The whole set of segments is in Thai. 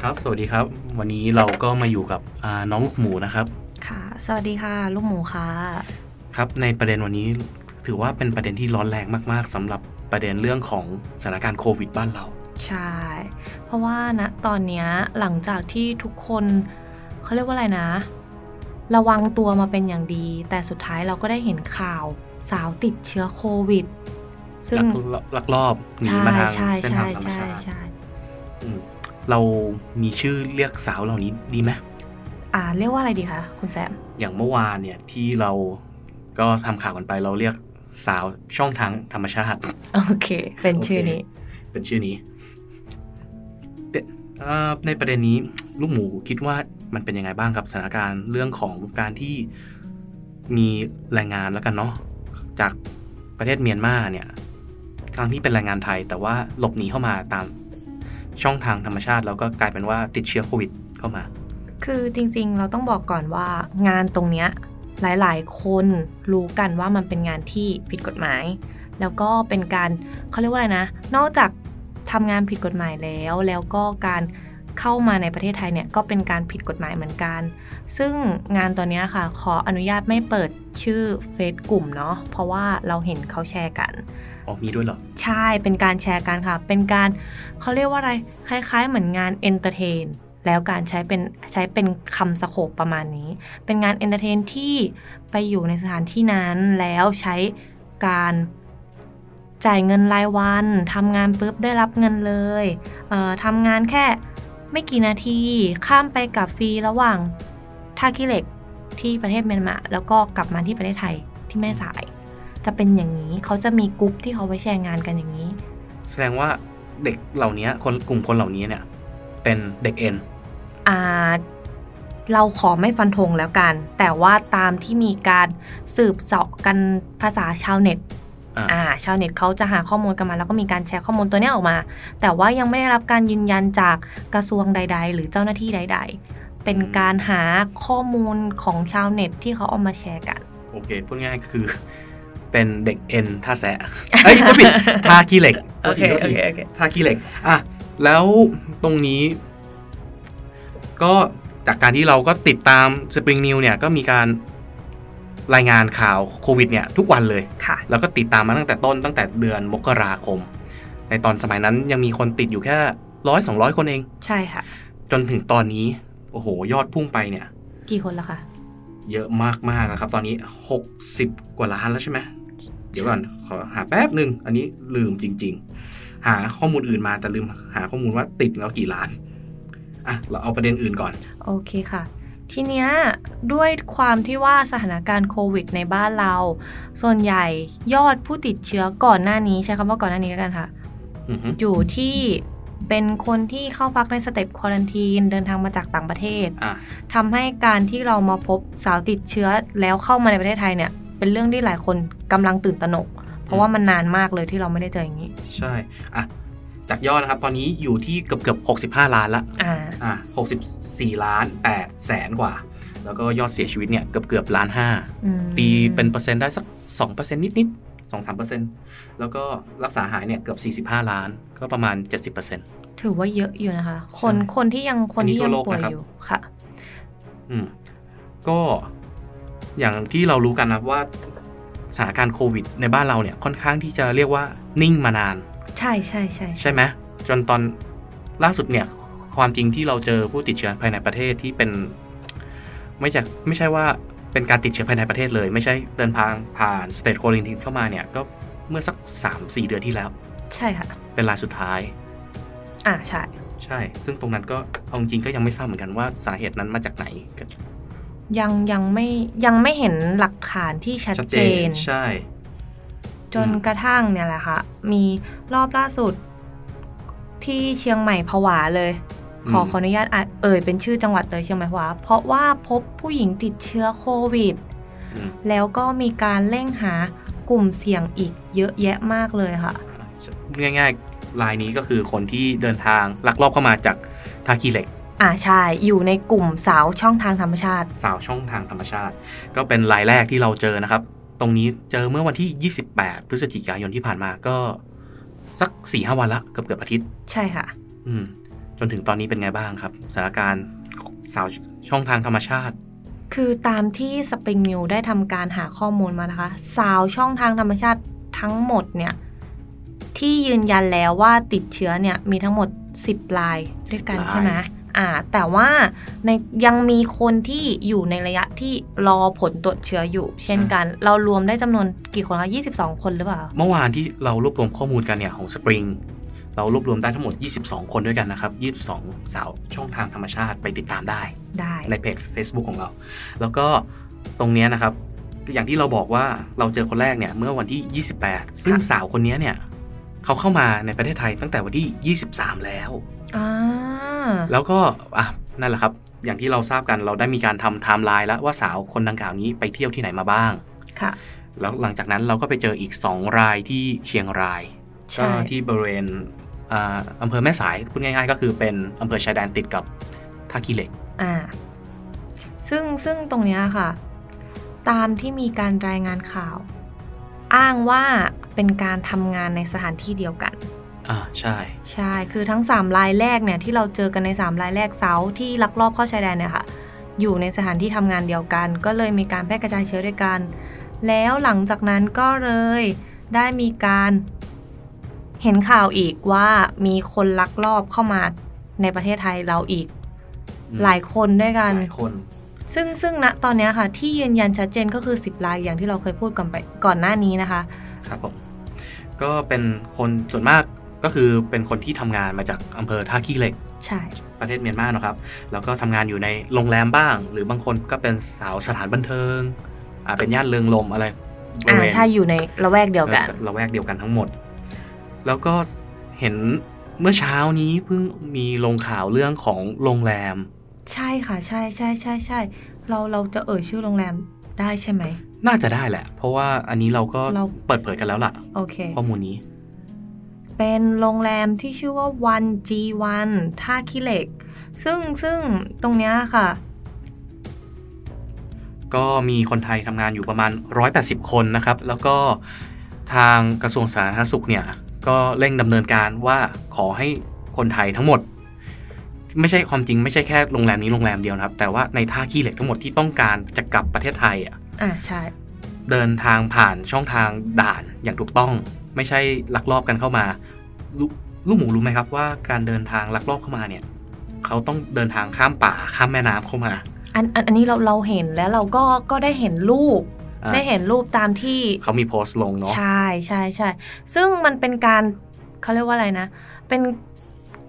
ครับ สวัสดีครับ วันนี้เราก็มาอยู่กับอ่าน้องลูกหมูนะครับ ค่ะ สวัสดีค่ะ ลูกหมูค่ะ ครับ ในประเด็นวันนี้ถือว่าเป็นประเด็นที่ร้อนแรงมากๆสำหรับประเด็นเรื่องของสถานการณ์โควิดบ้านเรา ใช่ เพราะว่าณตอนเนี้ยหลังจากที่ทุกคนเขาเรียกว่าอะไรนะ ระวังตัวมาเป็นอย่างดี แต่สุดท้ายเราก็ได้เห็นข่าวสาวติดเชื้อโควิด ซึ่ง ลักลักลอบหนี ใช่ มาทาง ใช่ เส้นทา ใช่ งธรรม ใช่ ชาติ ใช่ อืมเรามีชื่อเรียกสาวเหล่านี้ดีไหม อ่า เรียกว่าอะไรดีคะคุณแซม อย่างเมื่อวานเนี่ยที่เราก็ทำข่าวกันไปเราเรียกสาวช่องทางธรรมชาติ โอเค เป็นชื่อนี้ เป็นชื่อนี้แต่เอ่อในประเด็นนี้ลูกหมูคิดว่ามันเป็นยังไงบ้างครับสถานการณ์เรื่องของการที่มีแรงงานแล้วกันเนาะจากประเทศเมียนมาเนี่ยทางที่เป็นแรงงานไทย แต่ว่าหลบหนีเข้ามาตามช่องทางธรรมชาติ แล้วก็กลายเป็นว่าติดเชื้อโควิดเข้ามา คือจริงๆ เราต้องบอกก่อนว่างานตรงเนี้ยหลายๆ คนรู้กันว่ามันเป็นงานที่ผิดกฎหมาย แล้วก็เป็นการเขาเรียกว่าอะไรนะ นอกจากทำงานผิดกฎหมายแล้ว แล้วก็การเข้ามาในประเทศไทยเนี่ยก็เป็นการผิดกฎหมายเหมือนกัน ซึ่งงานตัวเนี้ยค่ะขออนุญาตไม่เปิดชื่อเฟซกลุ่มเนาะเพราะว่าเราเห็นเขาแชร์กัน อ๋อมีด้วยเหรอ ใช่เป็นการแชร์กันค่ะ เป็นการเขาเรียกว่าอะไร คล้ายๆ เหมือนงานเอนเตอร์เทน แล้วการใช้เป็นใช้เป็นคำสโคปประมาณนี้ เป็นงานเอนเตอร์เทนที่ไปอยู่ในสถานที่นั้นแล้วใช้การจ่ายเงินรายวันทำงานปุ๊บได้รับเงินเลยเอ่อทำงานแค่ไม่กี่นาที ข้ามไปกับฟรีระหว่างท่าขี้เหล็กที่ประเทศเมียนมาแล้วก็กลับมาที่ประเทศไทยที่แม่สาย จะเป็นอย่างนี้เขาจะมีกลุ่มที่เขาไว้แชร์งานกันอย่างนี้ แสดงว่าเด็กเหล่านี้คนกลุ่มคนเหล่านี้เนี่ย เป็นเด็กเอ็น อ่า เราขอไม่ฟันธงแล้วกัน แต่ว่าตามที่มีการสืบเสาะกันภาษาชาวเน็ต อ่า อ่า ชาวเน็ตเขาจะหาข้อมูลกันมา แล้วก็มีการแชร์ข้อมูลตัวเนี้ยออกมา แต่ว่ายังไม่ได้รับการยืนยันจากกระทรวงใด ๆ หรือเจ้าหน้าที่ใด ๆ เป็นการหาข้อมูลของชาวเน็ตที่เขาเอามาแชร์กัน โอเคพูดง่ายๆคือ เป็นเด็กเอ็นท่าแสะเอ้ยพูดผิดท่าขี้เหล็ก โอเค โทษ โอ ที เค โอเค ท่าขี้เหล็ก อ่ะ แล้วตรงนี้ ก็จากการที่เราก็ติดตามสปริงนิวเนี่ย ก็มีการรายงานข่าวโควิดเนี่ย ทุกวันเลย ค่ะ แล้วก็ติดตามมาตั้งแต่ต้นตั้งแต่เดือนมกราคม ในตอนสมัยนั้นยังมีคนติดอยู่แค่ร้อยสองร้อยคนเอง ใช่ค่ะ จนถึงตอนนี้ โอ้โห ยอดพุ่งไปเนี่ย กี่คนแล้วคะ เยอะมากๆนะครับ ตอนนี้ 60 กว่าล้านแล้วใช่ไหม เดี๋ยวก่อน ขอหาแป๊บหนึ่ง อันนี้ลืมจริง ๆ หาข้อมูลอื่นมาแต่ลืมหาข้อมูลว่าติดแล้วกี่ล้าน อ่ะ เราเอาประเด็นอื่นก่อน โอเคค่ะ ทีเนี้ยด้วยความที่ว่าสถานการณ์โควิดในบ้านเรา ส่วนใหญ่ยอดผู้ติดเชื้อก่อนหน้านี้ใช้คำว่าก่อนหน้านี้แล้วกันค่ะ อือฮึ อยู่ที่เป็นคนที่เข้าพักในสเต็ปควอรันทีนเดินทางมาจากต่างประเทศ อ่ะ ทำให้การที่เรามาพบสาวติดเชื้อแล้วเข้ามาในประเทศไทยเนี่ย เป็นเรื่องที่หลายคนกำลังตื่นตระหนก เพราะว่ามันนานมากเลยที่เราไม่ได้เจออย่างนี้ ใช่ อ่ะ จากยอดนะครับ ตอนนี้อยู่ที่เกือบเกือบ 65 ล้านละ อ่า อ่ะ 64 ล้าน8แสนกว่า แล้วก็ยอดเสียชีวิตเนี่ยเกือบเกือบล้านห้า อืม ตีเป็นเปอร์เซ็นต์ได้สักสองเปอร์เซ็นต์นิดๆสองสามเปอร์เซ็นต์แล้วก็รักษาหายเนี่ยเกือบ 45 ล้าน ก็ประมาณ 70%เปอร์เซ็นต์ ถือว่าเยอะอยู่นะคะ คน ใช่ คนที่ยังคนที่ อั ยั น ง นี้ทั่วโลก ป่วย นะครับ อยู่ค่ะ อืมก็อย่างที่เรารู้กันนะว่าสถานการณ์โควิดในบ้านเราเนี่ยค่อนข้างที่จะเรียกว่านิ่งมานาน ใช่ใช่ใช่ใช่ ใช่ไหมจนตอนล่าสุดเนี่ย ความจริงที่เราเจอผู้ติดเชื้อภายในประเทศที่เป็น ไม่จากไม่ใช่ว่าเป็นการติดเชื้อภายในประเทศเลย ไม่ใช่เดินทางผ่านสเตทโคลินทินเข้ามาเนี่ย ก็เมื่อสัก 3-4 เดือนที่แล้ว ใช่ค่ะ เป็นรายสุดท้าย อ่าใช่ ใช่ ซึ่งตรงนั้นก็เอาจริงๆก็ยังไม่ทราบเหมือนกันว่าสาเหตุนั้นมาจากไหนกัน ยังยังไม่ยังไม่เห็นหลักฐานที่ชัดเจน ใช่ จนกระทั่งเนี่ยแหละค่ะ มีรอบล่าสุดที่เชียงใหม่ผวาเลย อืม ขอขออนุญาตอ่ะเอ่ยเป็นชื่อจังหวัดเลยเชียงใหม่ผวา เพราะว่าพบผู้หญิงติดเชื้อโควิด อืม แล้วก็มีการเร่งหากลุ่มเสี่ยงอีกเยอะแยะมากเลยค่ะ พูดง่ายๆรายนี้ก็คือคนที่เดินทางลักลอบเข้ามาจากทาคีเหล็ก อ่าใช่ อยู่ในกลุ่มสาวช่องทางธรรมชาติ สาวช่องทางธรรมชาติ ก็เป็นรายแรกที่เราเจอนะครับ ตรงนี้เจอเมื่อวันที่ 28 พฤศจิกายนที่ผ่านมาก็สัก4ี่ห้าวันละเกือบเกือบๆอาทิตย์ ใช่ค่ะ อืม จนถึงตอนนี้เป็นไงบ้างครับสถานการณ์สาวช่องทางธรรมชาติ คือตามที่สปริงนิวได้ทำการหาข้อมูลมานะคะ สาวช่องทางธรรมชาติทั้งหมดเนี่ย ที่ยืนยันแล้วว่าติดเชื้อเนี่ย มีทั้งหมด 10รายด้วยกัน 10ราย ใช่ไหมอ่า แต่ว่าในยังมีคนที่อยู่ในระยะที่รอผลตรวจเชื้ออยู่ เช่นกัน เรารวมได้จำนวนกี่คนคะ22 คนหรือเปล่า เมื่อวานที่เรารวบรวมข้อมูลกันเนี่ยของสปริงเรารวบรวมได้ทั้งหมด 22 คนด้วยกันนะครับ 22 สาวช่องทางธรรมชาติไปติดตามได้ ได้ ในเพจ Facebook ของเรา แล้วก็ตรงเนี้ยนะครับ อย่างที่เราบอกว่าเราเจอคนแรกเนี่ย เมื่อวันที่ 28 ซึ่งสาวคนเนี้ยเนี่ย เขาเข้ามาในประเทศไทยตั้งแต่วันที่ 23 แล้ว อ่า แล้วก็อ่ะนั่นแหละครับ อย่างที่เราทราบกันเราได้มีการทำไทม์ไลน์แล้วว่าสาวคนดังกล่าวนี้ไปเที่ยวที่ไหนมาบ้าง ค่ะ แล้วหลังจากนั้นเราก็ไปเจออีก 2 รายที่เชียงราย ใช่ ก็ที่บริเวณอ่าอำเภอแม่สายพูดง่ายๆ ก็คือเป็นอำเภอชายแดนติดกับท่าขี้เหล็ก อ่า ซึ่งซึ่งตรงเนี้ยค่ะ ตามที่มีการรายงานข่าว อ้างว่าเป็นการทำงานในสถานที่เดียวกัน อ่าใช่ ใช่ คือทั้ง 3 รายแรกเนี่ยที่เราเจอกันใน 3 รายแรกเสาร์ที่ลักลอบเข้าชายแดนเนี่ยค่ะ อยู่ในสถานที่ทำงานเดียวกัน ก็เลยมีการแพร่กระจายเชื้อด้วยกัน แล้วหลังจากนั้นก็เลยได้มีการเห็นข่าวอีกว่ามีคนลักลอบเข้ามาในประเทศไทยเราอีก อืม หลายคนด้วยกัน หลายคน ซึ่งซึ่งณตอนเนี้ยค่ะ ที่ยืนยันชัดเจนก็คือ 10รายอย่างที่เราเคยพูดกันไปก่อนหน้านี้นะคะ ครับผมก็เป็นคนส่วนมากก็คือเป็นคนที่ทำงานมาจากอำเภอท่าขี้เหล็ก ใช่ ประเทศเมียนมาเนอะครับ แล้วก็ทำงานอยู่ในโรงแรมบ้าง หรือบางคนก็เป็นสาวสถานบันเทิงอ่าเป็นย่านเริงลมอะไรบริ อ่า เวณ ใช่อยู่ในละแวกเดียวกัน ละแวกเดียวกันทั้งหมด แล้วก็เห็นเมื่อเช้านี้เพิ่งมีลงข่าวเรื่องของโรงแรม ใช่ค่ะ ใช่ใช่ใช่ใช่เราเราจะเอ่ยชื่อโรงแรมได้ใช่ไหม น่าจะได้แหละ เพราะว่าอันนี้เราก็ เรา เปิดเผยกันแล้วล่ะ โอเค ข้อมูลนี้ เป็นโรงแรมที่ชื่อว่า 1G1 ท่าขี้เหล็ก ซึ่งซึ่งตรงเนี้ยค่ะ ก็มีคนไทยทำงานอยู่ประมาณ 180 คนนะครับ แล้วก็ทางกระทรวงสาธารณสุขเนี่ย ก็เร่งดำเนินการว่าขอให้คนไทยทั้งหมด ไม่ใช่ความจริงไม่ใช่แค่โรงแรมนี้โรงแรมเดียวนะครับ แต่ว่าในท่าขี้เหล็กทั้งหมดที่ต้องการจะกลับประเทศไทยอ่ะ อ่าใช่ เดินทางผ่านช่องทางด่านอย่างถูกต้อง ไม่ใช่ลักลอบกันเข้ามาลูลูกหมูรู้ไหมครับว่าการเดินทางลักลอบเข้ามาเนี่ย เขาต้องเดินทางข้ามป่าข้ามแม่น้ำเข้ามา อันอันอันนี้เราเราเห็นแล้วเราก็ก็ได้เห็นรูป อ่ะ ได้เห็นรูปตามที่ เขามีโพสต์ลงเนาะ ใช่ใช่ใช่ ซึ่งมันเป็นการเขาเรียกว่าอะไรนะ เป็น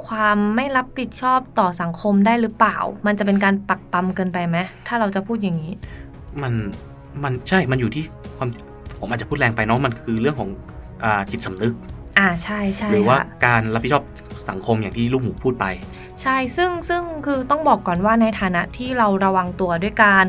ความไม่รับผิดชอบต่อสังคมได้หรือเปล่า มันจะเป็นการปักปั๊มเกินไปไหม ถ้าเราจะพูดอย่างนี้ มันมันใช่ มันอยู่ที่ความผมอาจจะพูดแรงไปเนาะ มันคือเรื่องของอาจิตสำนึก อ่าใช่ใช่ หรือว่า ค่ะ การรับผิดชอบสังคมอย่างที่ลูกหมูพูดไป ใช่ ซึ่งซึ่งคือต้องบอกก่อนว่าในฐานะที่เราระวังตัวด้วยการ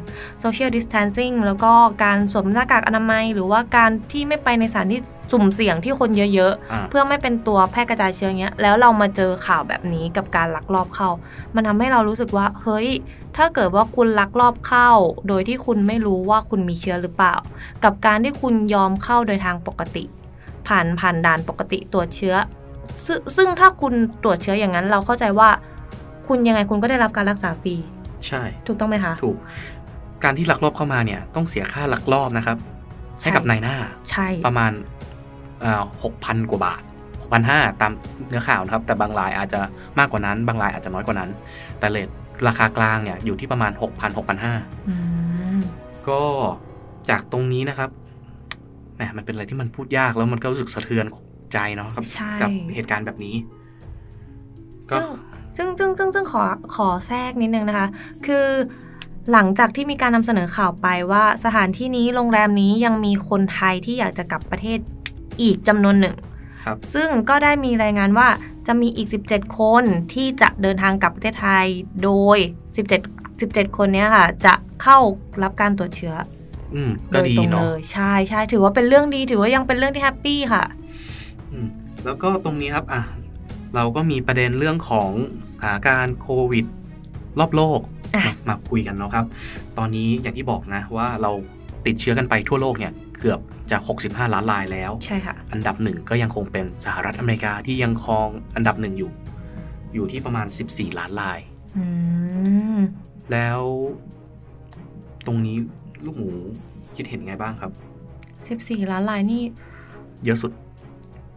social distancing แล้วก็การสวมหน้ากากอนามัย หรือว่าการที่ไม่ไปในสถานที่สุ่มเสี่ยงที่คนเยอะ อ่า ๆ เพื่อไม่เป็นตัวแพร่กระจายเชื้อเงี้ย แล้วเรามาเจอข่าวแบบนี้กับการลักลอบเข้า มันทำให้เรารู้สึกว่า เฮ้ย ถ้าเกิดว่าคุณลักลอบเข้า โดยที่คุณไม่รู้ว่าคุณมีเชื้อหรือเปล่า กับการที่คุณยอมเข้าโดยทางปกติ ผ่านผ่านด่านปกติตรวจเชื้อ ซึซึ่งถ้าคุณตรวจเชื้ออย่างนั้นเราเข้าใจว่า คุณยังไงคุณก็ได้รับการรักษาฟรี ใช่ ถูกต้องไหมคะ ถูก การที่ลักลอบเข้ามาเนี่ย ต้องเสียค่าลักลอบนะครับ ใช่ ให้กับนายหน้า ใช่ ประมาณหกพันกว่าบาทหกพันห้าตามเนื้อข่าวนะครับ แต่บางรายอาจจะมากกว่านั้น บางรายอาจจะน้อยกว่านั้น แต่เลทราคากลางเนี่ยอยู่ที่ประมาณ6 0 0 0 6,500 อืม ก็จากตรงนี้นะครับแหมมันเป็นอะไรที่มันพูดยากแล้วมันก็รู้สึกสะเทือนใจเนาะกับ ใช่ กับเหตุการณ์แบบนี้ ก็ ซึ่งซึ่งซึ่งซึ่งซึ่งขอขอแทรกนิดนึงนะคะ คือหลังจากที่มีการนำเสนอข่าวไปว่าสถานที่นี้โรงแรมนี้ยังมีคนไทยที่อยากจะกลับประเทศอีกจำนวนหนึ่ง ครับ ซึ่งก็ได้มีรายงานว่าจะมีอีก 17 คนที่จะเดินทางกลับประเทศไทยโดย 17 17 คนเนี้ยค่ะ จะเข้ารับการตรวจเชื้อ อืม โด ก็ ย ดี ตรง เนาะ เลยใช่ใช่ถือว่าเป็นเรื่องดีถือว่ายังเป็นเรื่องที่แฮปปี้ค่ะ อืมแล้วก็ตรงนี้ครับ อ่ะ เราก็มีประเด็นเรื่องของสถานการณ์โควิด รอบโลก อ่ะ มามาคุยกันเนาะครับ ตอนนี้อย่างที่บอกนะ ว่าเราติดเชื้อกันไปทั่วโลกเนี่ย เกือบจะ 65 ล้านรายแล้ว ใช่ค่ะ อันดับหนึ่งก็ยังคงเป็นสหรัฐอเมริกาที่ยังครองอันดับหนึ่งอยู่ อยู่ที่ประมาณ 14 ล้านลาย อืม แล้วตรงนี้ลูกหมูคิดเห็นไงบ้างครับ 14 ล้านลายนี่ เยอะสุด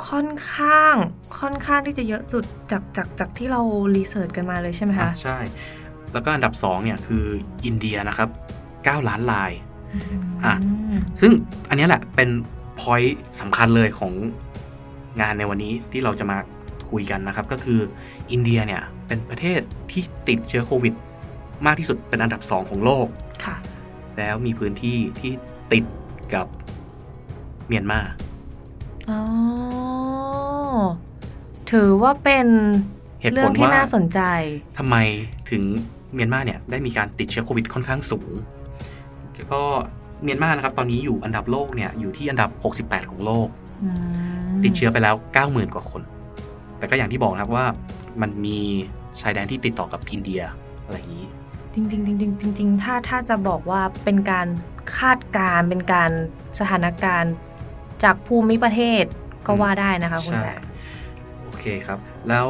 ค่อนข้างค่อนข้างที่จะเยอะสุดจากจากจากที่เรารีเสิร์ชกันมาเลยใช่ไหม อ่ะ คะ ใช่ แล้วก็อันดับ 2 เนี่ย คืออินเดียนะครับ 9 ล้านลาย อ่ะ ม ซึ่งอันเนี้ยแหละเป็น point สำคัญเลยของงานในวันนี้ที่เราจะมาคุยกันนะครับ ก็คืออินเดียเนี่ย เป็นประเทศที่ติดเชื้อโควิด มากที่สุดเป็นอันดับ 2 ของโลก ค่ะ แล้วมีพื้นที่ที่ติดกับเมียนมา อ๋อ ถือว่าเป็น เหตุผลว่า เรื่องที่น่าสนใจ ทำไมถึงเมียนมาเนี่ยได้มีการติดเชื้อโควิดค่อนข้างสูง แล้วก็เมียนมานะครับตอนนี้อยู่อันดับโลกเนี่ยอยู่ที่อันดับ 68 ของโลก อืม ติดเชื้อไปแล้ว 90,000 กว่าคน แต่ก็อย่างที่บอกนะครับว่ามันมีชายแดนที่ติดต่อกับอินเดียอะไรอย่างนี้ จริงจริงจริงๆจริงๆถ้าถ้าจะบอกว่าเป็นการคาดการณ์เป็นการสถานการณ์จากภูมิประเทศก็ อืม ว่าได้นะคะคุณแสง โอเคครับ แล้ว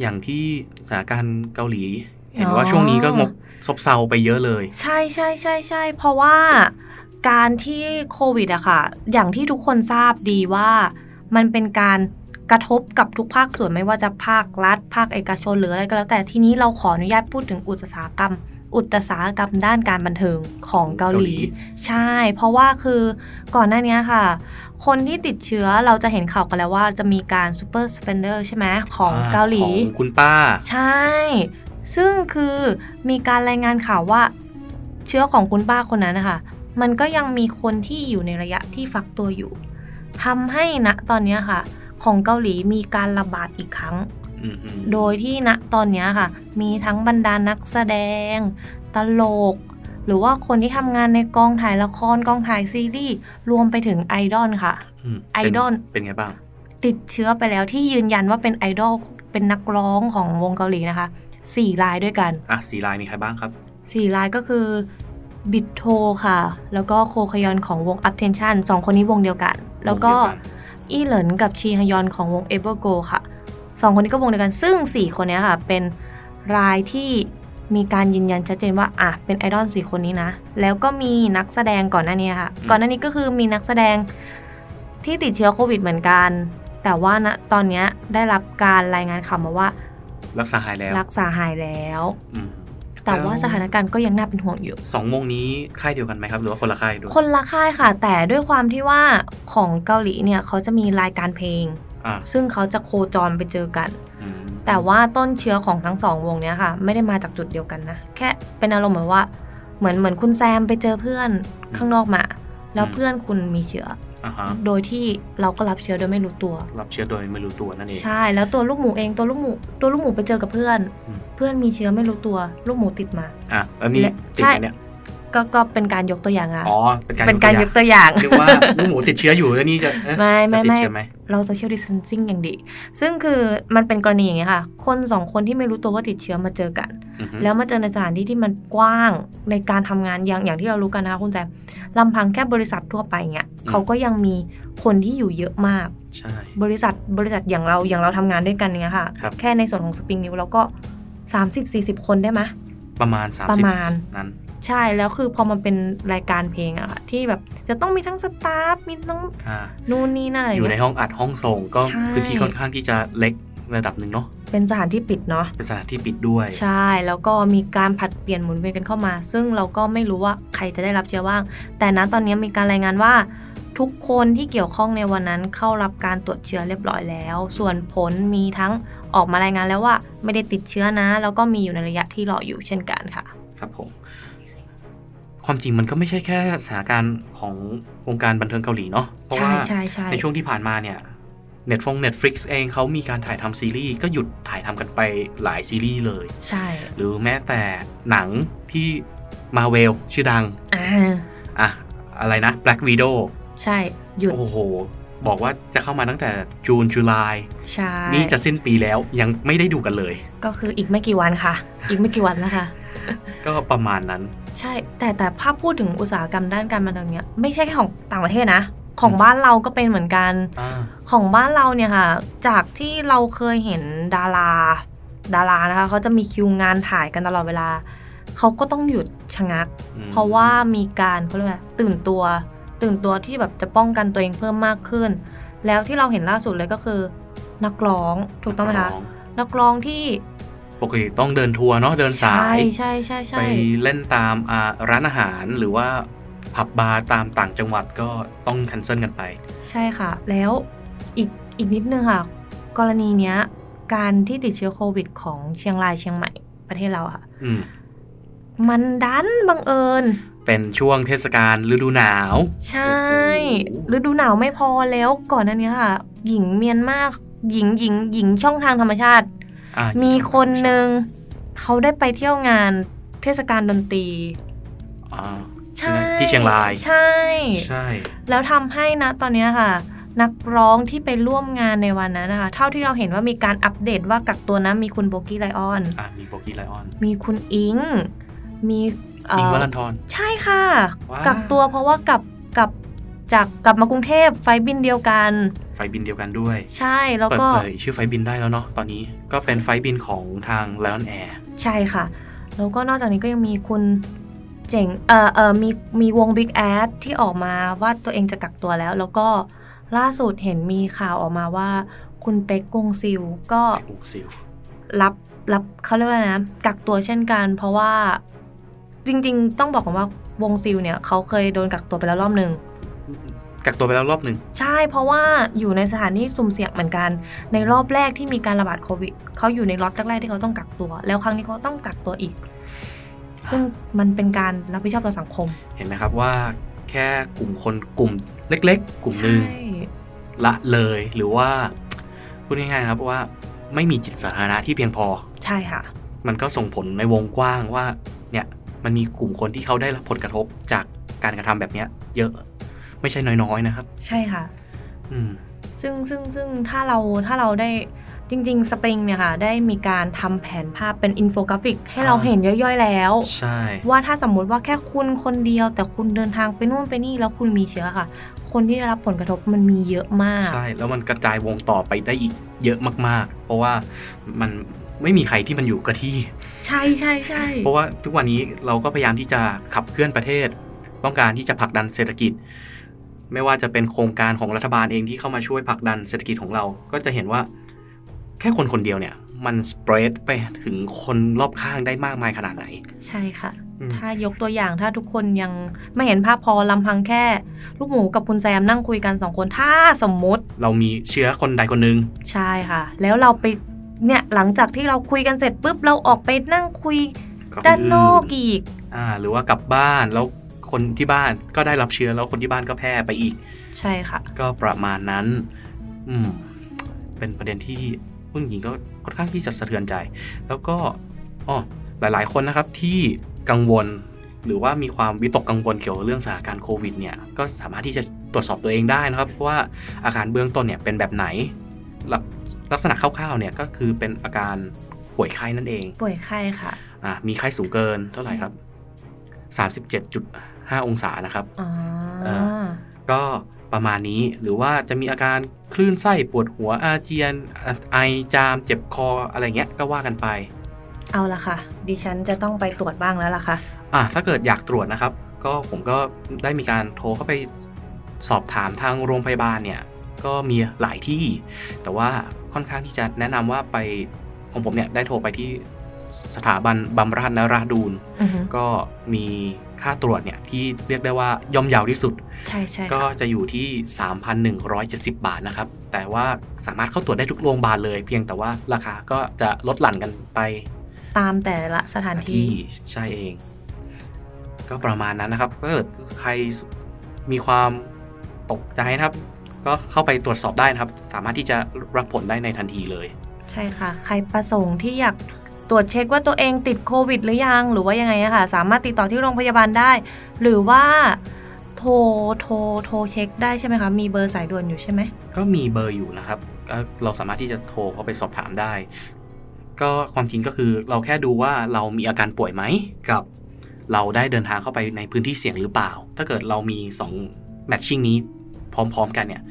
อย่างที่สถานการณ์เกาหลี เห็นว่าช่วงนี้ก็งบซบเซาไปเยอะเลย ใช่ใช่ใช่ใช่เพราะว่าการที่โควิดอะค่ะ อย่างที่ทุกคนทราบดีว่ามันเป็นการกระทบกับทุกภาคส่วนไม่ว่าจะภาครัฐ ภาคเอกชนหรืออะไรก็แล้ว แต่ทีนี้เราขออนุญาตพูดถึงอุตสาหกรรม อุตสาหกรรมด้านการบันเทิงของเกาหลี เกาหลี ใช่ เพราะว่าคือก่อนหน้านี้ค่ะ คนที่ติดเชื้อเราจะเห็นข่าวกันแล้วว่าจะมีการซูเปอร์สเปนเดอร์ใช่ไหมของเกาหลี ของคุณป้า ใช่ ซึ่งคือมีการรายงานข่าวว่าเชื้อของคุณป้าคนนั้นนะคะ มันก็ยังมีคนที่อยู่ในระยะที่ฟักตัวอยู่ทำให้ณตอนเนี้ยค่ะ ของเกาหลีมีการระบาดอีกครั้ง อืมๆ โดยที่ณตอนเนี้ยค่ะ มีทั้งบรรดานักแสดง ตลก หรือว่าคนที่ทำงานในกองถ่ายละครกองถ่ายซีรีส์รวมไปถึงไอดอลค่ะ อืม ไอดอล เป็นเป็นไงบ้าง ติดเชื้อไปแล้วที่ยืนยันว่าเป็นไอดอลเป็นนักร้องของวงเกาหลีนะคะสี่รายด้วยกัน อ่ะสีลายมีใครบ้างครับ สี่รายก็คือบิดโทค่ะ แล้วก็โคคยอนของวง Attention สองคนนี้วงเดียวกัน แล้วก็ วงเดียวกัน อีเหลินกับชีฮยอนของวง Evergo ค่ะสองคนนี้ก็วงเดียวกัน ซึ่งสี่คนเนี้ยค่ะ เป็นรายที่มีการยืนยันชัดเจนว่าอ่ะเป็นไอดอลสี่คนนี้นะ แล้วก็มีนักแสดงก่อนหน้านี้ค่ะ อืม ก่อนหน้านี้ก็คือมีนักแสดงที่ติดเชื้อโควิดเหมือนกัน แต่ว่าณตอนเนี้ยได้รับการรายงานข่าวมาว่า รักษาหายแล้ว รักษาหายแล้ว อืม แต่ว่า แล้ว สถานการณ์ก็ยังน่าเป็นห่วงอยู่ สองวงนี้ค่ายเดียวกันไหมครับ หรือว่าคนละค่ายด้วย คนละค่ายค่ะ แต่ด้วยความที่ว่าของเกาหลีเนี่ยเขาจะมีรายการเพลง อ่ะ ซึ่งเขาจะโคจรไปเจอกัน อืม แต่ว่าต้นเชื้อของทั้งสองวงเนี้ยค่ะ ไม่ได้มาจากจุดเดียวกันนะ แค่เป็นอารมณ์เหมือนว่าเหมือนเหมือนคุณแซมไปเจอเพื่อนข้างนอกมา แล้วเพื่อนคุณมีเชื้อ อ่ะฮะ โดยที่เราก็รับเชื้อโดยไม่รู้ตัว รับเชื้อโดยไม่รู้ตัวนั่นเอง ใช่แล้วตัวลูกหมูเองตัวลูกหมูตัวลูกหมูไปเจอกับเพื่อน อืม เพื่อนมีเชื้อไม่รู้ตัว ลูกหมูติดมา อ่ะแล้วนี่ และ ติดไหมเนี่ย ใช่ ก็ก็เป็นการยกตัวอย่างอะ อ๋อเป็นการ เป็นการยกตัวอย่าง หรือว่าลูกหมูติดเชื้ออยู่แล้วนี่จะเอ๊ะ ไม่ไม่ จะติด ไม่ เชื้อไหม เราโซเชียลดิส a ทนซิ่งอย่างดี ซึ่งคือมันเป็นกรณีอย่างเงี้ยค่ะ คนสองคนที่ไม่รู้ตัวว่าติดเชื้อมาเจอกัน อือฮึ แล้วมาเจอในสถานที่ที่มันกว้างในการทำงานอย่างอย่างที่เรารู้กันนะคะคุณแจมลำพังแค่บริษัททั่วไปเงี้ยเขาก็ยังมีคนที่อยู่เยอะมาก ใช่ บริษัทบริษัทอย่างเราอย่างเราทำงานด้วยกันเนี้ยค่ะ ครับ แค่ในส่วนของสปริงนิวเราก็ 30-40 คนได้ไหมย ประมาณ 30 ประมาณ นั้น ใช่แล้วคือพอมันเป็นรายการเพลงอะค่ะที่แบบจะต้องมีทั้งสตาฟมีต้อง อ่า นู่นนี่นั่นอะไร อ เงี้ ยู่ในห้องอัดห้องส่งก็ ใช่ พื้นที่ค่อนข้างที่จะเล็กระดับหนึ่งเนาะ เป็นสถานที่ปิดเนาะ เป็นสถานที่ปิดด้วย ใช่ แล้วก็มีการผลัดเปลี่ยนหมุนเวียนกันเข้ามา ซึ่งเราก็ไม่รู้ว่าใครจะได้รับเชื้อบ้าง แต่นะตอนนี้มีการรายงานว่า ทุกคนที่เกี่ยวข้องในวันนั้นเข้ารับการตรวจเชื้อเรียบร้อยแล้ว ส่วนผลมีทั้งออกมารายงานแล้วว่าไม่ได้ติดเชื้อนะ แล้วก็มีอยู่ในระยะที่รออยู่เช่นกันค่ะ ครับผมความจริงมันก็ไม่ใช่แค่สถานการณ์ของวงการบันเทิงเกาหลีเนาะเพราะ ใช่ ว่า ใช่ใช่ ในช่วงที่ผ่านมาเนี่ย Netflix Netflix เองเขามีการถ่ายทำซีรีส์ก็หยุดถ่ายทำกันไปหลายซีรีส์เลย ใช่ หรือแม้แต่หนังที่มาเวลชื่อดัง อ่า อ่ะ อะไรนะ Black Widow ใช่หยุด โอ้โห บอกว่าจะเข้ามาตั้งแต่จูนจุลาย ใช่ นี่จะสิ้นปีแล้วยังไม่ได้ดูกันเลย ก็คืออีกไม่กี่วันค่ะ อีกไม่กี่วันแล้วค่ะ ก็ประมาณนั้น ใช่ แต่แต่ภาพพูดถึงอุตสาหกรรมด้านการบันเทิงเนี้ยไม่ใช่แค่ของต่างประเทศนะ ของบ้านเราก็เป็นเหมือนกัน อ่า ของบ้านเราเนี่ยค่ะ จากที่เราเคยเห็นดาราดารานะคะเขาจะมีคิวงานถ่ายกันตลอดเวลา เขาก็ต้องหยุดชะงัก อืม เพราะว่ามีการเขาเรียกว่าตื่นตัว ตื่นตัวที่แบบจะป้องกันตัวเองเพิ่มมากขึ้น แล้วที่เราเห็นล่าสุดเลยก็คือ นักร้องถูกต้องไหมคะนักร้องที่ ปกติต้องเดินทัวร์เนาะเดินสาย ใช่ใช่ใช่ ไป ใช่ เล่นตามอ่าร้านอาหารหรือว่าผับบาร์ตามต่างจังหวัดก็ต้องแคนเซิลกันไป ใช่ค่ะ แล้วอีกอีกนิดนึงค่ะ กรณีเนี้ยการที่ติดเชื้อโควิดของเชียงรายเชียงใหม่ประเทศเราอะค่ะ อืม มันดันบังเอิญ เป็นช่วงเทศกาลฤดูหนาว ใช่ โอ้โห ฤดูหนาวไม่พอแล้วก่อนหน้านี้ค่ะ หญิงเมียนมาหญิงหญิงหญิงช่องทางธรรมชาติ อ่ะ มีคนหนึ่งเขาได้ไปเที่ยวงานเทศกาลดนตรี อ่า ใช่ ที่เชียงราย ใช่ ใช่ แล้วทำให้นะตอนเนี้ยค่ะ นักร้องที่ไปร่วมงานในวันนั้นนะคะ เท่าที่เราเห็นว่ามีการอัปเดตว่ากักตัวนะมีคุณโบกี้ไลออน อ่ะมีโบกี้ไลออน มีคุณอิง มีเ อิงวัลันทร ใช่ค่ะ ว้าว กักตัวเพราะว่ากลับกลับจากกลับมากรุงเทพไฟล์บินเดียวกัน ไฟล์บินเดียวกันด้วย ใช่แล้ว เปิด ก็ เผยชื่อไฟล์บินได้แล้วเนาะตอนนี้ก็เป็นไฟล์บินของทาง Lion Air ใช่ค่ะ แล้วก็นอกจากนี้ก็ยังมีคุณเจ๋งเออเออมีมีวง Big a d ที่ออกมาว่าตัวเองจะกักตัวแล้ว แล้วก็ล่าสุดเห็นมีข่าวออกมาว่า คุณเป็กกงซิลก็ แอกซิล รับรับเขาเรียกว่าอะไรนะกักตัวเช่นกัน เพราะว่าจริงๆ ต้องบอกก่อนว่าวงซิลเนี่ยเขาเคยโดนกักตัวไปแล้วรอบหนึ่ง กักตัวไปแล้วรอบหนึ่ง ใช่เพราะว่าอยู่ในสถานที่สุ่มเสี่ยงเหมือนกัน ในรอบแรกที่มีการระบาดโควิดเขาอยู่ในล็อตแรกๆที่เขาต้องกักตัว แล้วครั้งนี้เขาต้องกักตัวอีก ซึ่งมันเป็นการรับผิดชอบต่อสังคม เห็นไหมครับว่าแค่กลุ่มคนกลุ่มเล็ก ๆ กลุ่มหนึ่ง ใช่ ละเลยหรือว่าพูดง่ายๆครับว่าไม่มีจิตสาธารณะที่เพียงพอ ใช่ค่ะ มันก็ส่งผลในวงกว้างว่าเนี่ยมันมีกลุ่มคนที่เขาได้รับผลกระทบจากการกระทำแบบเนี้ย เยอะไม่ใช่น้อยๆนะครับ ใช่ค่ะ อืม ซึ่งซึ่งซึ่งถ้าเราถ้าเราได้จริง ๆ สปริงเนี่ยค่ะ ได้มีการทำแผนภาพเป็นอินโฟกราฟิก ให้เราเห็นย่อยๆแล้ว ใช่ ว่าถ้าสมมุติว่าแค่คุณคนเดียว แต่คุณเดินทางไปนู่นไปนี่แล้วคุณมีเชื้อค่ะ คนที่ได้รับผลกระทบมันมีเยอะมาก ใช่ แล้วมันกระจายวงต่อไปได้อีกเยอะมากๆ เพราะว่ามันไม่มีใครที่มันอยู่กับที่ ใช่ใช่ใช่ เพราะว่าทุกวันนี้เราก็พยายามที่จะขับเคลื่อนประเทศ ต้องการที่จะผลักดันเศรษฐกิจ ไม่ว่าจะเป็นโครงการของรัฐบาลเองที่เข้ามาช่วยผลักดันเศรษฐกิจของเรา ก็จะเห็นว่าแค่คนคนเดียวเนี่ย มันสเปรดไปถึงคนรอบข้างได้มากมายขนาดไหน ใช่ค่ะ อืม ถ้ายกตัวอย่างถ้าทุกคนยังไม่เห็นภาพพอลำพังแค่ ลูกหมูกับคุณแซมนั่งคุยกันสองคนถ้าสมมติ เรามีเชื้อคนใดคนหนึ่ง ใช่ค่ะ แล้วเราไปเนี่ยหลังจากที่เราคุยกันเสร็จปุ๊บเราออกไปนั่งคุย กับค ด้านนอก อื่ อีก อ่า หรือว่ากลับบ้านแล้วคนที่บ้านก็ได้รับเชื้อแล้วคนที่บ้านก็แพร่ไปอีก ใช่ค่ะ ก็ประมาณนั้น อืม เป็นประเด็นที่ผู้หญิงก็ค่อนข้างที่จะสะเทือนใจ แล้วก็อ๋อหลาย ๆ คนนะครับที่กังวล หรือว่ามีความวิตกกังวลเกี่ยวกับเรื่องสถานการณ์โควิดเนี่ย ก็สามารถที่จะตรวจสอบตัวเองได้นะครับว่าอาการเบื้องต้นเนี่ยเป็นแบบไหน ลักลักษณะคร่าว ๆ เนี่ยก็คือเป็นอาการป่วยไข้นั่นเอง ป่วยไข้ค่ะ อ่า มีไข้สูงเกินเท่าไหร่ครับ 37.5 องศานะครับ อ๋อ เอ ก็ประมาณนี้หรือว่าจะมีอาการคลื่นไส้ปวดหัวอาเจียนอ่ะไอจามเจ็บคออะไรเงี้ยก็ว่ากันไป เอาละค่ะ ดิฉันจะต้องไปตรวจบ้างแล้วล่ะค่ะ อ่ะถ้าเกิดอยากตรวจนะครับ ก็ผมก็ได้มีการโทรเข้าไปสอบถามทางโรงพยาบาลเนี่ยก็มีหลายที่ แต่ว่าค่อนข้างที่จะแนะนำว่าไปของผมเนี่ยได้โทรไปที่สถาบันบำราศนราดูน อือฮึ ก็มีค่าตรวจเนี่ยที่เรียกได้ว่าย่อมเยาวที่สุด ใช่ใช่ ก็ ค่ะ จะอยู่ที่ 3,170 บาทนะครับ แต่ว่าสามารถเข้าตรวจได้ทุกโรงพยาบาลเลย เพียงแต่ว่าราคาก็จะลดหลั่นกันไป ตามแต่ละสถานที่ ใช่เอง ก็ประมาณนั้นนะครับก็เกิดใครมีความตกใจนะครับ ก็เข้าไปตรวจสอบได้นะครับ สามารถที่จะรับผลได้ในทันทีเลย ใช่ค่ะ ใครประสงค์ที่อยากตรวจเช็คว่าตัวเองติดโควิดหรือยัง หรือว่ายังไงอะค่ะ สามารถติดต่อที่โรงพยาบาลได้ หรือว่าโทรโทรโทรเช็คได้ใช่ไหมคะ มีเบอร์สายด่วนอยู่ใช่ไหม ก็มีเบอร์อยู่นะครับก็เราสามารถที่จะโทรเข้าไปสอบถามได้ ก็ความจริงก็คือเราแค่ดูว่าเรามีอาการป่วยไหมกับ เราได้เดินทางเข้าไปในพื้นที่เสี่ยงหรือเปล่า ถ้าเกิดเรามี2แมทชิ่งนี้พ พร้อม ๆ กันเนี่ย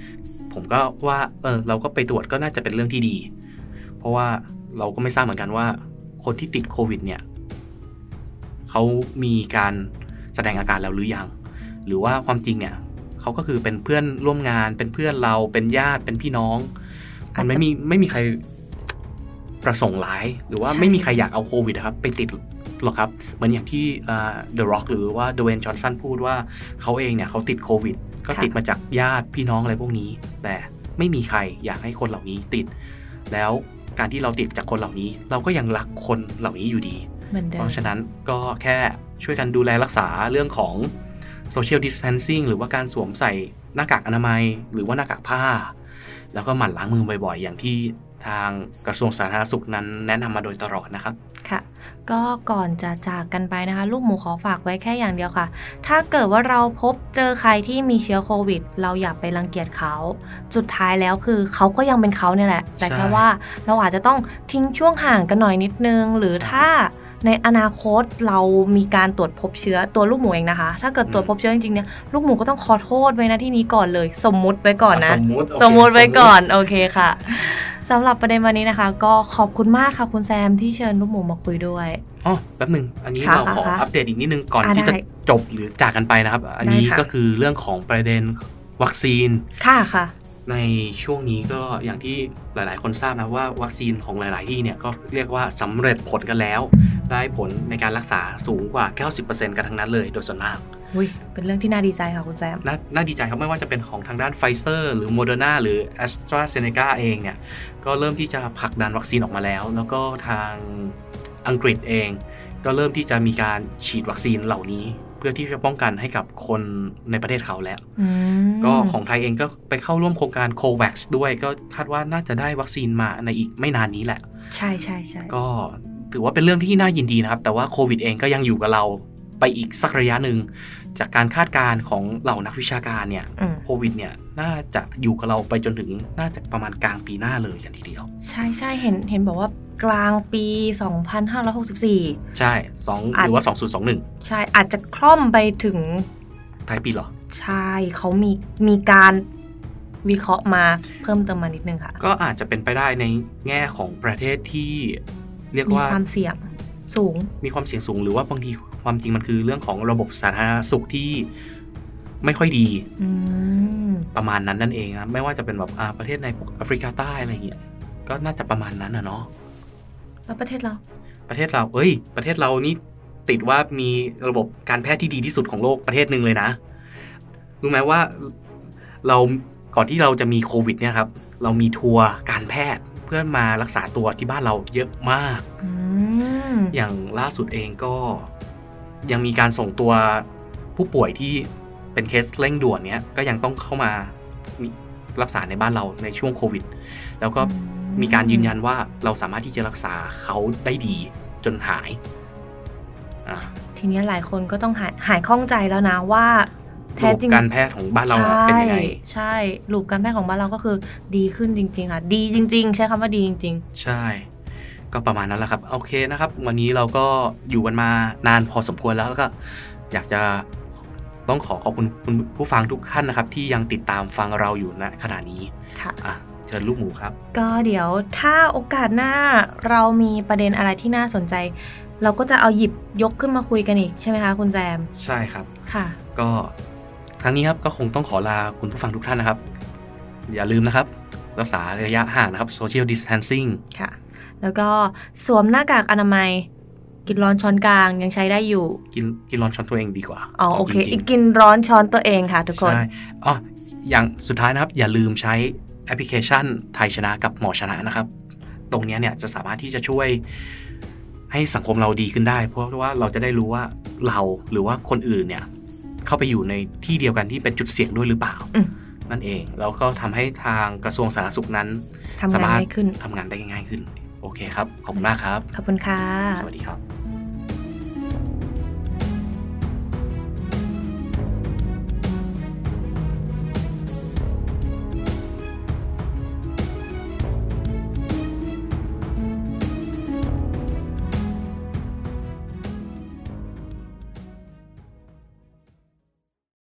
ผมก็ว่าเออเราก็ไปตรวจก็น่าจะเป็นเรื่องที่ดี เพราะว่าเราก็ไม่ทราบเหมือนกันว่า คนที่ติดโควิดเนี่ยเขามีการแสดงอาการแล้วหรือยัง หรือว่าความจริงเนี่ยเขาก็คือเป็นเพื่อนร่วมงาน เป็นเพื่อนเราเป็นญาติเป็นพี่น้อง อาจจะ มันไม่มีไม่มีใครประสงค์ร้าย หรือว่า ใช่ ไม่มีใครอยากเอาโควิดอะครับ ไปติดหรอกครับ เหมือนอย่างที่เอ่อ The Rock หรือว่า Dwayne Johnson พูดว่าเขาเองเนี่ยเขาติดโควิด ก็ติดมาจากญาติพี่น้องอะไรพวกนี้ แต่ไม่มีใครอยากให้คนเหล่านี้ติด แล้วการที่เราติดจากคนเหล่านี้ เราก็ยังรักคนเหล่านี้อยู่ดี เหมือนเดิ เพ ม ราะฉะนั้นก็แค่ช่วยกันดูแลรักษาเรื่องของ social distancing หรือว่าการสวมใส่หน้ากากอนามัย หรือว่าหน้ากากผ้า แล้วก็หมั่นล้างมือบ่อยๆ อย่างที่ทางกระทรวงสาธารณสุขนั้นแนะนำมาโดยตลอดนะครับ ค่ะ ก็ก่อนจะจากกันไปนะคะ ลูกหมูขอฝากไว้แค่อย่างเดียวค่ะ ถ้าเกิดว่าเราพบเจอใครที่มีเชื้อโควิด เราอย่าไปรังเกียจเขา สุดท้ายแล้วคือเขาก็ยังเป็นเขาเนี่ยแหละ แต่แค่ ใช่ ว่าเราอาจจะต้องทิ้งช่วงห่างกันหน่อยนิดนึง หรือถ้าในอนาคตเรามีการตรวจพบเชื้อตัวลูกหมูเองนะคะ ถ้าเกิดตรวจพบเชื้อจริงๆเนี่ยลูกหมูก็ต้องขอโทษไว้นะที่นี้ก่อนเลย สมมุติไว้ก่อนนะ สมมติโอเค สมมติไว้ก่อน โอเคค่ะสำหรับประเด็นวันนี้นะคะ ก็ขอบคุณมากค่ะคุณแซมที่เชิญลูกหมูมาคุยด้วย อ๋อแป๊บหนึ่งอันนี้ ค่ะ เราขอ ค่ะ อัปเดตอีกนิดนึงก่อน อ่ะ ที่จะ ได้ จบหรือจากกันไปนะครับ อันนี้ ได้ค่ะ ก็คือเรื่องของประเด็นวัคซีน ค่ะค่ะ ในช่วงนี้ก็อย่างที่หลาย ๆ คนทราบนะว่าวัคซีนของหลาย ๆ ที่เนี่ยก็เรียกว่าสำเร็จผลกันแล้ว ได้ผลในการรักษาสูงกว่า 90%กันทั้งนั้นเลยโดยส่วนมาก อุ้ยเป็นเรื่องที่น่าดีใจค่ะคุณแซม นาน่าดีใจครับไม่ว่าจะเป็นของทางด้านไฟเซอร์หรือโมเดอร์นาหรือ a s t r a z เซ e c a เองเนี่ย ก็เริ่มที่จะผลักดันวัคซีนออกมาแล้ว แล้วก็ทางอังกฤษเอง ก็เริ่มที่จะมีการฉีดวัคซีนเหล่านี้ เพื่อที่จะป้องกันให้กับคนในประเทศเขาแล้ว อืม ก็ของไทยเองก็ไปเข้าร่วมโครงการ COVAX ด้วยก็คาดว่าน่าจะได้วัคซีนมาในอีกไม่นานนี้แหละ ใช่ใช่ใช่ ก็ถือว่าเป็นเรื่องที่น่ายินดีนะครับ แต่ว่าโควิดเองก็ยังอยู่กับเราไปอีกสักระยะหนึ่ง จากการคาดการณ์ของเหล่านักวิชาการเนี่ย อืม โควิดเนี่ยน่าจะอยู่กับเราไปจนถึงน่าจะประมาณกลางปีหน้าเลยกันทีเดียว ใช่ใช่เห็นเห็นบอกว่ากลางปี 2564 ใช่สองหรือว่า 2021 ใช่อาจจะคล่อมไปถึง ท้ายปีเหรอ ใช่เขามีมีการวิเคราะห์มาเพิ่มเติมมานิดนึงค่ะ ก็อาจจะเป็นไปได้ในแง่ของประเทศที่เรียก มี ว่า ความเสี่ยงสูง มีความเสี่ยงสูงหรือว่าบางทีความจริงมันคือเรื่องของระบบสาธารณสุขที่ไม่ค่อยดี อืม ประมาณนั้นนั่นเองนะไม่ว่าจะเป็นแบบอ่าประเทศในแอฟริกาใต้อะไรอย่างเงี้ยก็น่าจะประมาณนั้นนะเนาะ แล้วประเทศเรา ประเทศเราเอ้ย ประเทศเรานี่ติดว่ามีระบบการแพทย์ที่ดีที่สุดของโลกประเทศหนึ่งเลยนะรู้ไหมว่าเราก่อนที่เราจะมีโควิดเนี่ยครับเรามีทัวร์การแพทย์เพื่อมารักษาตัวที่บ้านเราเยอะมาก อืม อย่างล่าสุดเองก็ยังมีการส่งตัวผู้ป่วยที่เป็นเคสเร่งด่วนเนี้ยก็ยังต้องเข้ามามีรักษาในบ้านเราในช่วงโควิด แล้วก็ อืม มีการยืนยันว่าเราสามารถที่จะรักษาเขาได้ดีจนหายอ่ะ ทีเนี้ยหลายคนก็ต้องหายหายข้องใจแล้วนะว่า ระ แท้ บบ จริง การแพทย์ของบ้านเราอะเป็นยังไง ใช่ใช่รูปการแพทย์ของบ้านเราก็คือดีขึ้นจริง ๆ ค่ะ ดีจริง ๆ ใช้คำว่าดีจริง ใช่ ก็ประมาณนั้นแหละครับ โอเคนะครับ วันนี้เราก็อยู่กันมานานพอสมควรแล้วแล้วก็ อยากจะต้องขอขอบคุณคุณผู้ฟังทุกท่านนะครับ ที่ยังติดตามฟังเราอยู่ณขณะนี้ ๆ ค่ะ อ่ะเชิญลูกหมูครับ ก็เดี๋ยวถ้าโอกาสหน้าเรามีประเด็นอะไรที่น่าสนใจ เราก็จะเอาหยิบยกขึ้นมาคุยกันอีกใช่ไหมคะคุณแจม ใช่ครับ ค่ะ ก็ครั้งนี้ครับก็คงต้องขอลาคุณผู้ฟังทุกท่านนะครับ อย่าลืมนะครับ รักษาระยะห่างนะครับ social distancing ค่ะ แล้วก็สวมหน้ากากอนามัย กินร้อนช้อนกลางยังใช้ได้อยู่ กินกินร้อนช้อนตัวเองดีกว่า อ๋อโอเค จริงๆ อีกกินร้อนช้อนตัวเองค่ะ ทุกคน ใช่อ๋ออย่างสุดท้ายนะครับ อย่าลืมใช้แอปพลิเคชันไทยชนะกับหมอชนะนะครับ ตรงเนี้ยเนี่ยจะสามารถที่จะช่วยให้สังคมเราดีขึ้นได้ เพราะว่าเราจะได้รู้ว่าเราหรือว่าคนอื่นเนี่ย เข้าไปอยู่ในที่เดียวกันที่เป็นจุดเสี่ยงด้วยหรือเปล่า อืม นั่นเอง แล้วก็ทำให้ทางกระทรวงสาธารณสุขนั้น ทำงานง่ายขึ้น ทำงานได้ง่ายขึ้น โอเคครับ ขอบคุณมากครับ ขอบคุณค่ะ สวัสดีครับ